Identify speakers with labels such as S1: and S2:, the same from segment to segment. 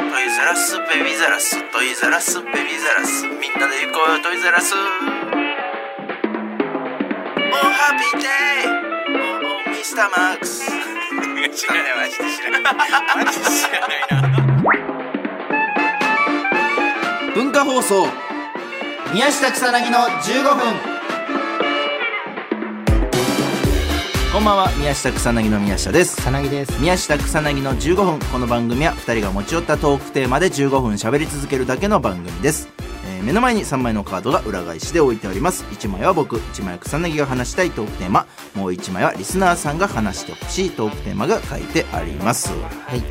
S1: スベビザラストイザラスベビザラスみんなで行こうよトイザラスおハッピーデイおおミスターマックス知らないマジで知らないマジで知らないな
S2: 文化放送宮下草薙の15分こんばんは宮下草薙の宮下です
S3: 草薙です
S2: 宮下草薙の15分この番組は2人が持ち寄ったトークテーマで15分喋り続けるだけの番組です、えー目の前に3枚のカードが裏返しで置いております1枚は僕1枚は草薙が話したいトークテーマもう1枚はリスナーさんが話してほしいトークテーマが書いてあります
S3: はい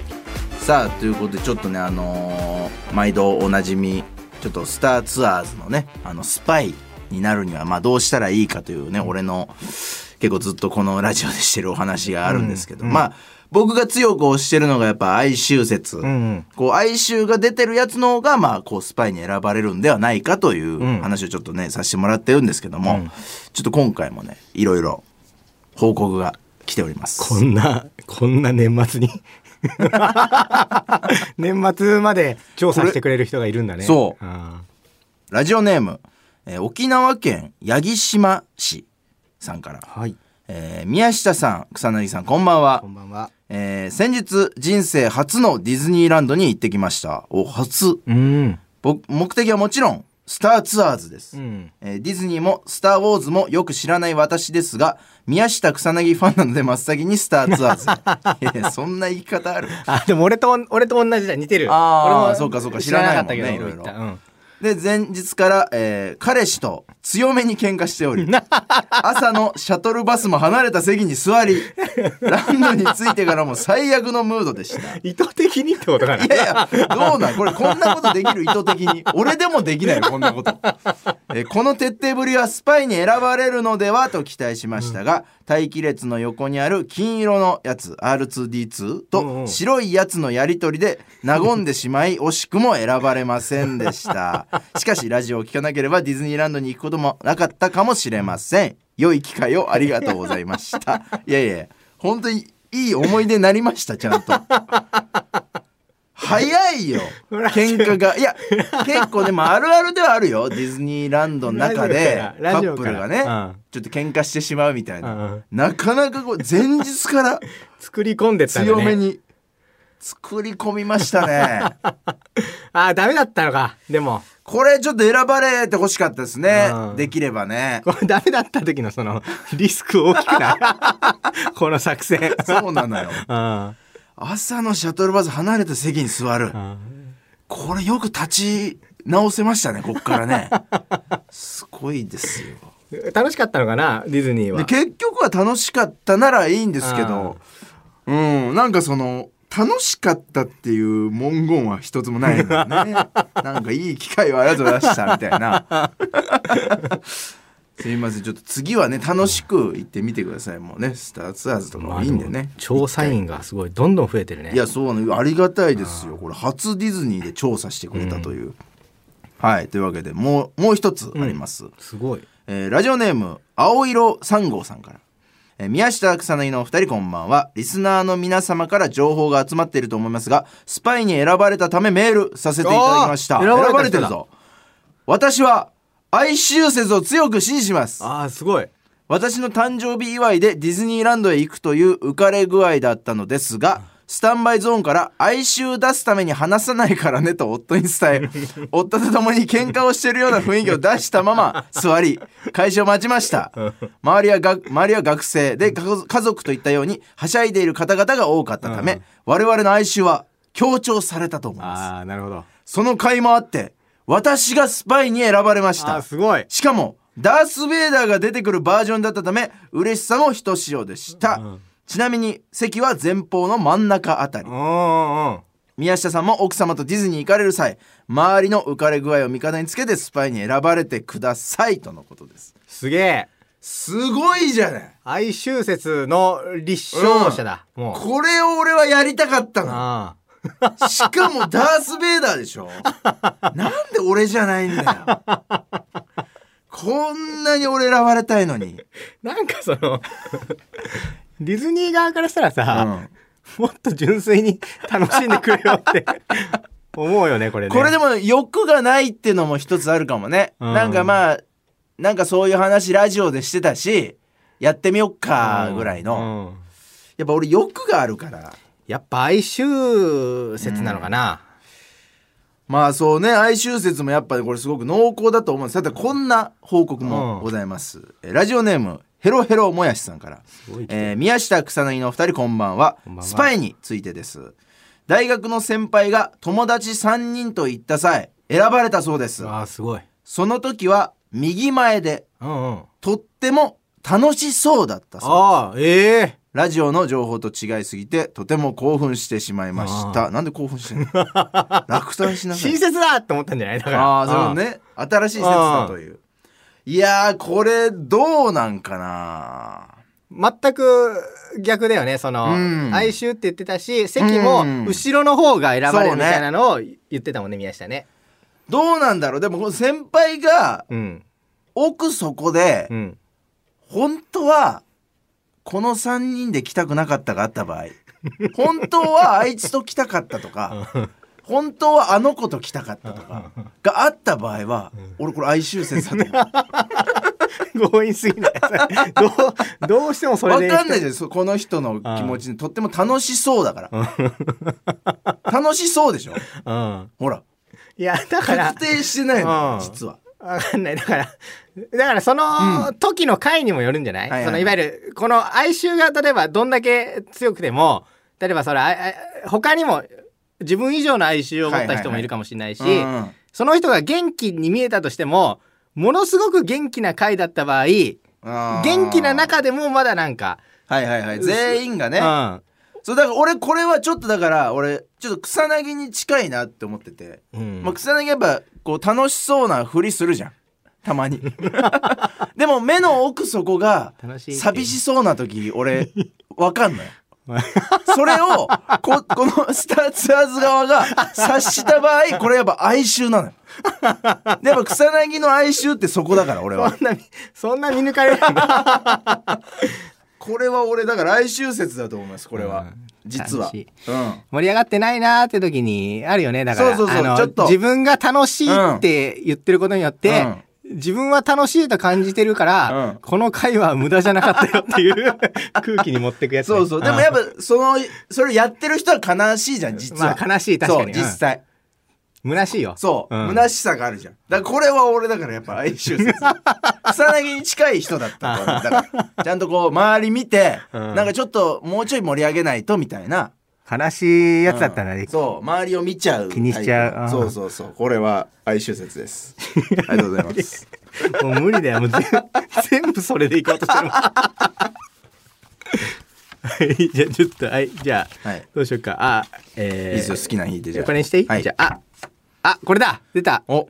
S2: さあということでちょっとねあのー毎度おなじみちょっとスターツアーズのねあのスパイになるにはまあどうしたらいいかというね俺の結構ずっとこのラジオでしてるお話があるんですけど、まあ僕が強く推してるのがやっぱ哀愁説、
S3: うん
S2: こう哀愁が出てるやつの方がまあこうスパイに選ばれるんではないかという話をちょっとねさせてもらってるんですけども、ちょっと今回もねいろいろ報告が来ております。
S3: こんなこんな年 末に年末まで調査してくれる人がいるんだね
S2: そう
S3: あ
S2: ラジオネーム、えー沖縄県八木島市さんから、
S3: ーはい
S2: えー宮下さん、草薙さん、こんばんは
S3: こ。んばんは
S2: えー先日、人生初のディズニーランドに行ってきました。お、初。
S3: うん
S2: 僕目的はもちろん、スターツアーズです。
S3: うん
S2: えーディズニーも「スター・ウォーズ」もよく知らない私ですが宮下草薙ファンなので真っ先に「スター・ツアーズ」い やいやそんな言い方ある
S3: あでも俺と俺と同じだ似てる
S2: あー
S3: 俺も
S2: そうかそうか知らないもんね
S3: 知ら
S2: いろいろ
S3: かったけどうん
S2: で前日から、えー彼氏と強めに喧嘩しており朝のシャトルバスも離れた席に座りランドに着いてからも最悪のムードでしたい
S3: 意図的にってことか
S2: や
S3: な
S2: いや どうなんこれこんなことできる意図的に俺でもできないよこんなこと、えーこの徹底ぶりはスパイに選ばれるのではと期待しましたが、待機列の横にある金色のやつ R2D2
S3: うんう
S2: と
S3: ん
S2: 白いやつのやり取りで和んでしまい 惜しくも選ばれませんでしたしかしラジオを聞かなければディズニーランドに行くこともなかったかもしれません良い機会をありがとうございましたいやいや本当にいい思い出になりましたちゃんと早い よ喧嘩がいや結構でもあるあるではあるよディズニーランドの中でカ
S3: ラジ
S2: ッ
S3: オ
S2: プ
S3: か
S2: ルが
S3: らラ
S2: ね
S3: ジオからうん
S2: ちょっと喧嘩してしまうみたいな、
S3: うんうん
S2: なかなかこう前日 から
S3: 作り込んでったんだ
S2: 強
S3: ね
S2: めに作り込みました ね
S3: ああダメだったのかでも
S2: これちょっと選ばれてほしかったですね
S3: うん
S2: できればね
S3: これダメだった時のそのリスク大きく ないこの作戦
S2: そうなのよ
S3: うん
S2: 朝のシャトルバス離れた席に座る
S3: うん
S2: これよく立ち直せましたねこっからねすごいですよ
S3: 楽しかったのかなディズニー
S2: で
S3: は
S2: 結局は楽しかったならいいんですけどうんなんかその楽しかったっていう文言は一つもないのよ ねなんかいい機会をありがとうございましたみたいな すみませんちょっと次はね楽しく行ってみてくださいもうねスターツアーズとかもいいんでね
S3: 調査員がすごいどんどん増えてるね
S2: いやそうねありがたいですよこれ初ディズニーで調査してくれたという、はいというわけでもうもう一つあります、
S3: すごい
S2: えーラジオネーム青色3号さんから、えー宮下草薙のお二人こんばんはリスナーの皆様から情報が集まっていると思いますがスパイに選ばれたためメールさせていただきました
S3: あー選ばれた人だ
S2: てるぞ私は哀愁説を強く信じます
S3: ああすごい
S2: 私の誕生日祝いでディズニーランドへ行くという浮かれ具合だったのですがスタンバイゾーンから哀愁出すために話さないからねと夫に伝え夫と共に喧嘩をしているような雰囲気を出したまま座り開始を待ちました周りはが周りは学生で家族家族といったようにはしゃいでいる方々が多かったため、我々の哀愁は強調されたと思います
S3: ああなるほど
S2: その甲斐もあって私がスパイに選ばれまし
S3: あ
S2: た
S3: あすごい
S2: しかもダース・ベイダーが出てくるバージョンだったため嬉しさもひとしおでした、
S3: うん
S2: ちなみに席は前方の真ん中あたり
S3: うんうんうん
S2: 宮下さんも奥様とディズニー行かれる際周りの浮かれ具合を味方につけてスパイに選ばれてくださいとのことです
S3: すげえ
S2: すごいじゃない
S3: 哀愁説の立証者だ、もう
S2: これを俺はやりたかった の
S3: ああ
S2: しかもダース・ベイダーでし ょなんで俺じゃないんだよこんなに俺選ばれたいのに、
S3: なんかその ディズニー側からしたら
S2: う
S3: さ、
S2: ん
S3: もっと純粋に楽しんでくれよって思うよね、これね。
S2: これでも欲がないっていうのも一つあるかもね、
S3: うん
S2: なんかまあなんかそういう話ラジオでしてたしやってみよっかぐらいの、
S3: うん
S2: やっぱ俺欲があるから
S3: やっぱ哀愁説なのかな。
S2: まあそうね哀愁説もやっぱりこれすごく濃厚だと思うんですさてこんな報告もございます、えラジオネームヘロヘロもやしさんから
S3: ごい来てる
S2: えー宮下草薙のお二人こんばんは
S3: こんばんは
S2: スパイについてです大学の先輩が友達3人と行った際選ばれたそうです
S3: ああ、すごい。
S2: その時は右前で
S3: うんうん。
S2: とっても楽しそうだったそう
S3: ああ、ええ
S2: ラジオの情報と違いすぎてとても興奮してしまいましたなんで興奮してんの 落胆しな さい
S3: 親切だって思ったんじゃないだから。
S2: ああー、それね、新しい説だという。いやー、これ、どうなんかな
S3: うん。全く逆だよね、その、
S2: うん
S3: 哀愁って言ってたし、席も
S2: うん
S3: 後ろの方が選ばれ
S2: そう
S3: る
S2: ね
S3: みたいなのを言ってたもんね、宮下ね。
S2: どうなんだろうでも、この先輩が、
S3: うん。
S2: 奥底で
S3: う、ん。
S2: 本当は、この3人で来たくなかったがあった場合、本当はあいつと来たかったとか、本当はあの子と来たかったとか、があった場合は、俺これ哀愁説 だと思う。
S3: 強引すぎない。 どう、どうしてもそれ
S2: わ
S3: で。
S2: かんないじゃん、そこの人の気持ちにとっても楽しそうだから。 楽しそうでしょ
S3: うん。
S2: ほら。
S3: いや、だから
S2: 確、定してないの、
S3: うん
S2: 実は。
S3: わかんない。だから、だからその時の回にもよるんじゃない、
S2: はいはい
S3: そのいわゆる、この哀愁が例えばどんだけ強くても、例えばそれ、ああ他にも自分以上の哀愁を持った人もいるかもしれないし、
S2: うんうん
S3: その人が元気に見えたとしても、ものすごく元気な回だった場合、
S2: あー
S3: 元気な中でもまだなんか、
S2: はいはいはい全員が
S3: う
S2: ね
S3: ん。うん。
S2: そうだから俺これはちょっとだから俺ちょっと草薙に近いなって思ってて、まあ、草薙やっぱこう楽しそうなふりするじゃんたまに でも目の奥底が
S3: 楽しい。
S2: 寂しそうな時 俺わかんのよそれをここのスターツアーズ側が察した場合これやっぱ哀愁なのよでも草薙の哀愁ってそこだから俺 は
S3: そんな、そんな見抜かれるんだ
S2: これは俺だから来週説だと思いますこれは、
S3: うん
S2: 実は、
S3: 楽しい
S2: うん、
S3: 盛り上がってないなーって時にあるよねだから
S2: そうそうそう
S3: あの
S2: ちょっと
S3: 自分が楽しいって言ってることによって、自分は楽しいと感じてるから、
S2: うん
S3: この回は無駄じゃなかったよっていう 空気に持ってくやつね、
S2: そうそうでもやっぱそのそれをやってる人は悲しいじゃん実は、
S3: まあ悲しい確かに
S2: そう実際、
S3: うん虚しいよ
S2: そう、
S3: うん
S2: 虚しさがあるじゃんだからこれは俺だからやっぱ哀愁 説草薙に近い人だったと思うだからちゃんとこう周り見て、
S3: うん
S2: なんかちょっともうちょい盛り上げないとみたいな
S3: 悲しいやつだったら、
S2: うんそう周りを見ちゃう
S3: 気にしちゃう
S2: タイプ
S3: うん
S2: そうそうそうこれは哀愁説です ありがとうございます
S3: もう無理だよもう全全部それでいこう としてるもんはいじゃあちょっとはいじゃあ、
S2: はい
S3: どうしようかあえー
S2: いいですよ好きな日いてじゃあ
S3: これにしていい、
S2: はい
S3: じゃあああこれだ出た
S2: お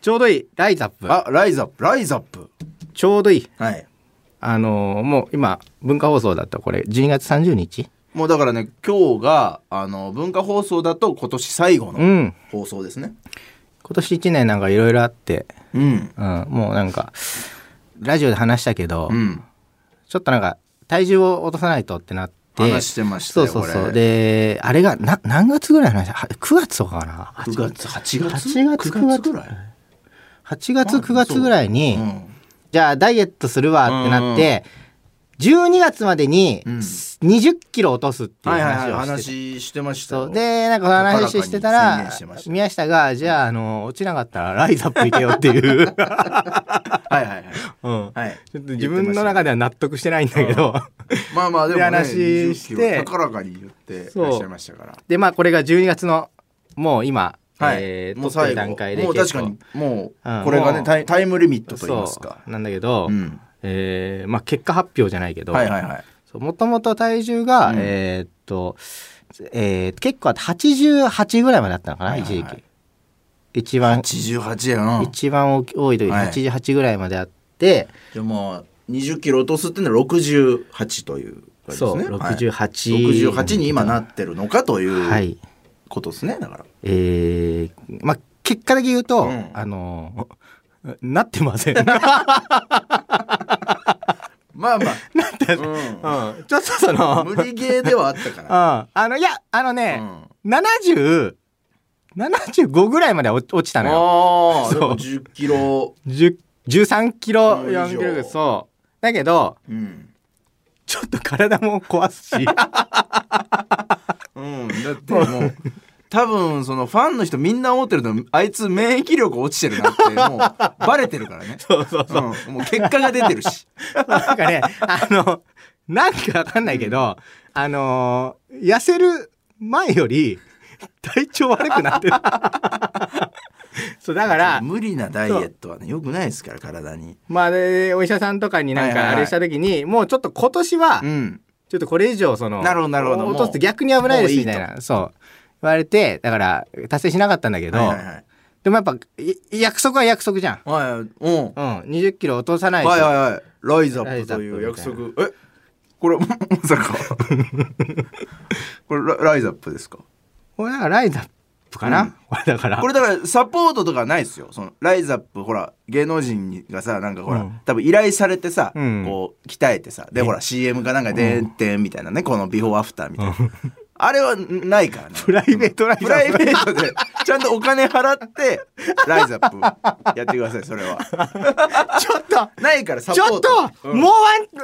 S3: ちょうどいいライズアップ
S2: あライズアップライズアップ
S3: ちょうどいい。
S2: はい
S3: あのーもう今、文化放送だったこれ、12月30日
S2: もうだからね今日があの文化放送だと今年最後
S3: う
S2: の
S3: ん。
S2: 放送ですね
S3: 今年1年なんかいろいろあって、
S2: うん
S3: うん、もうなんか、ラジオで話したけど、
S2: うん
S3: ちょっとなんか、体重を落とさないとってなって、
S2: 話してましたよ
S3: そうそうそ
S2: これ
S3: う。で、あれが、な、何月ぐらいの話は ?9 月とかかな
S2: 9月8月
S3: 8月
S2: 9月ぐらい、
S3: ?8 月、9月ぐらいに、
S2: うん、
S3: じゃあダイエットするわってなって、12月までに
S2: うん
S3: 20キロ落とすっていう
S2: はいはい
S3: 話
S2: はい
S3: をし
S2: 話し
S3: てて
S2: てましたよ
S3: そうでなんか話してた
S2: 高らかに宣
S3: ら
S2: 言してました
S3: 宮下がじゃああの落ちなかったらライズアップ行けよっ ていう、
S2: はいはいはい
S3: うん、
S2: はい
S3: ちょっと自分の中では納得してないんだけど、
S2: まあまあでもね
S3: で話して
S2: 20キロ高らかに言っていらっしゃいましたから
S3: でまあこれが12月のもう今、
S2: はい、
S3: えー
S2: もう
S3: 撮っ
S2: 最
S3: てる
S2: 後
S3: 段階で
S2: もう確
S3: 結
S2: か
S3: 構
S2: にも
S3: う
S2: うんこれが
S3: も
S2: ね
S3: う
S2: タイタイムリミットと言います
S3: そ
S2: か
S3: うなんだけど、
S2: うん
S3: えーまあ、結果発表じゃないけど
S2: はいはいはい
S3: もともと体重が、
S2: うん
S3: えーっと、えー結構あって88ぐらいまであったのかな、
S2: はいはいはい
S3: 一時期一番
S2: 88やな
S3: 一番大き多い時
S2: はい
S3: 88ぐらいまであって、
S2: じゃあまあ20キロ落とすっていうのは68という感じです
S3: そう
S2: ね。はい
S3: 68
S2: 68に今なってるのかという、
S3: はい。
S2: ことですねだから。
S3: えー、まあ結果だけ言うと、
S2: うん
S3: あのーなってません。うん、 ち
S2: まあまあ、
S3: ょっとその、
S2: うん無理ゲーではあったか
S3: うん、あのいやあの
S2: ら。
S3: ね、70 75ぐらいまでは落落ちたのよ
S2: ああ、で
S3: そう
S2: も10キロ。
S3: 10 13キロ4キロぐ
S2: 以
S3: ら
S2: 上
S3: いそうだけど
S2: うん。
S3: ちょっと体も壊す し
S2: うん。だ ってもう、多分、そのファンの人みんな思ってるの、あいつ免疫力落ちてる なって、もう、バレてるからね。
S3: そうそうそう、
S2: うん。もう結果が出てるし。
S3: なんかねあのなんかわかんないけど、あの痩せる前より体調悪く なってるそう だから
S2: 無理なダイエットはね、良くないですから、体に。
S3: まあでお医者さんとかになん
S2: はいはい
S3: か
S2: は
S3: あ
S2: い
S3: れした時に、もうちょっと今年は
S2: うん。
S3: ちょっとこれ以上その
S2: なるほどなるほど
S3: 落とすと逆に危ないですみたいなそう言われてだから達成しなかったんだけど、
S2: はいはいはい。
S3: でもやっぱい約束は約束じゃん、
S2: はいはい、うん。
S3: うん、2 0キロ落とさないと、
S2: はいはいはい。ライズア
S3: ラ
S2: ッ
S3: イ
S2: プ
S3: ズア
S2: と
S3: ッ
S2: い
S3: プ
S2: う約束。えこれ、まさ か。これラ、ライズアップですか
S3: これだからライザップかな、
S2: うん
S3: これだから
S2: これだからサポートとかないですよそのライズアップほら芸能人がさなんかほら、
S3: うん
S2: 多分依頼されてさ、
S3: うん
S2: こう鍛えてさでほら CM かなんかでんてんみたいなねこのビフォーアフターみたいな、あれはんないからね
S3: プライベートライズ
S2: プ
S3: ア
S2: ラ
S3: ッ
S2: イ
S3: プ
S2: ベートでちゃんとお金払ってライズアップやってくださいそれは
S3: ちょっと
S2: ないからサポ
S3: ち
S2: ー
S3: ょ
S2: ト
S3: っと、
S2: うん
S3: もう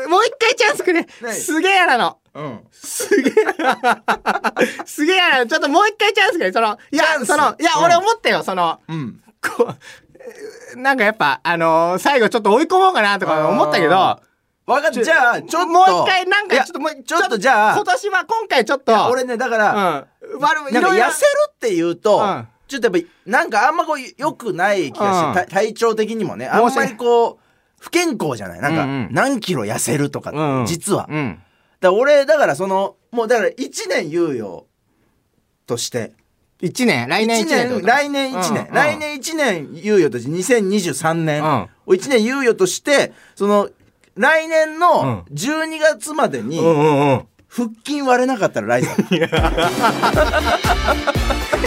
S3: ワンもう一回チャンスくれ
S2: ない
S3: すげえやなの
S2: うん
S3: すげえすげえやなのちょっともう一回チャンスくれそのい
S2: チャ
S3: や
S2: ンス
S3: そのいや、
S2: うん
S3: 俺思ったよその
S2: うん
S3: こうなんかやっぱあのー最後ちょっと追い込もうかなとか思ったけど
S2: あーわかっ
S3: ちょ
S2: たじゃあちょっと
S3: もう一回なん
S2: い
S3: か
S2: や
S3: ちょっともう
S2: ちょっとじゃあ
S3: 今年は今回ちょっと
S2: 俺ねだから、
S3: うん悪い
S2: なんか
S3: ろいろ
S2: 痩せるっていうと、
S3: うん
S2: ちょっとやっぱなんかあんまこう良くない気がして、
S3: うん
S2: た体調的にもねあ
S3: 申
S2: ん
S3: し訳
S2: まりこう不健康じゃないなんか、
S3: うんうん
S2: 何キロ痩せるとかって、
S3: うんうん
S2: 実は、だか
S3: うん
S2: ら俺だからそのもうだから1年猶予として
S3: 一年来
S2: 1
S3: 年一年ってこ
S2: 年
S3: と
S2: 来年1年、
S3: うんうん
S2: 来年1年猶予として2023年
S3: うん
S2: を1年猶予としてその来年の
S3: うん
S2: 12月までに
S3: うんうんうん
S2: 腹筋割れなかったらライザーってい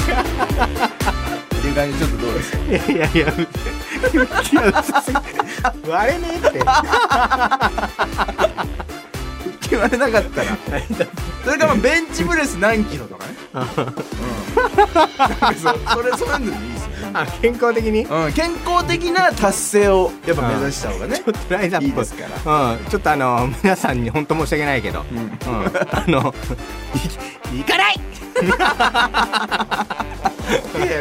S2: う感じでちょっとどうですか
S3: いやいやいや、割れねえって。
S2: 腹筋割れなかったらそれかまあベンチプレス何キロとかね、うん、そそれそういうのでいいですよね、
S3: あ、健康的に。
S2: うん、健康的な達成をやっぱ目指した方がね、
S3: ライザップ
S2: いいですから
S3: うん、ちょっとあの皆さんに本当申し訳ないけど、うん、あのい行かない
S2: いや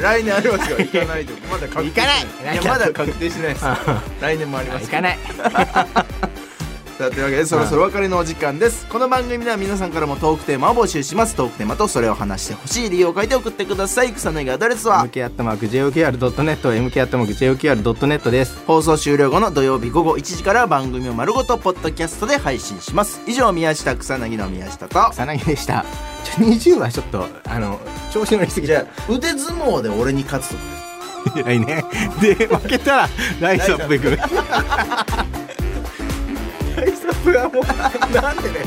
S2: 来年ありますよ行かないとまだ確定し
S3: 行か
S2: な
S3: ないい
S2: いやまだ確定しないです来年もありますよ
S3: 行かない。
S2: さあというわけでそろそろお別れのお時間です、この番組では皆さんからもトークテーマを募集しますトークテーマとそれを話してほしい理由を書いて送ってください草薙アドレスは
S3: mk アットマーク joqr ドットネット、mk アットマーク joqr ドットネットです。
S2: 放送終了後の土曜日午後1時から番組を丸ごとポッドキャストで配信します以上宮下草薙の宮下と
S3: 草薙でした。ちょ20はちょっとあの調子乗りすぎちゃう。
S2: 腕相撲で俺に勝 つ
S3: 来年で負けたらライザップ行く。ライザップはもうなんでね。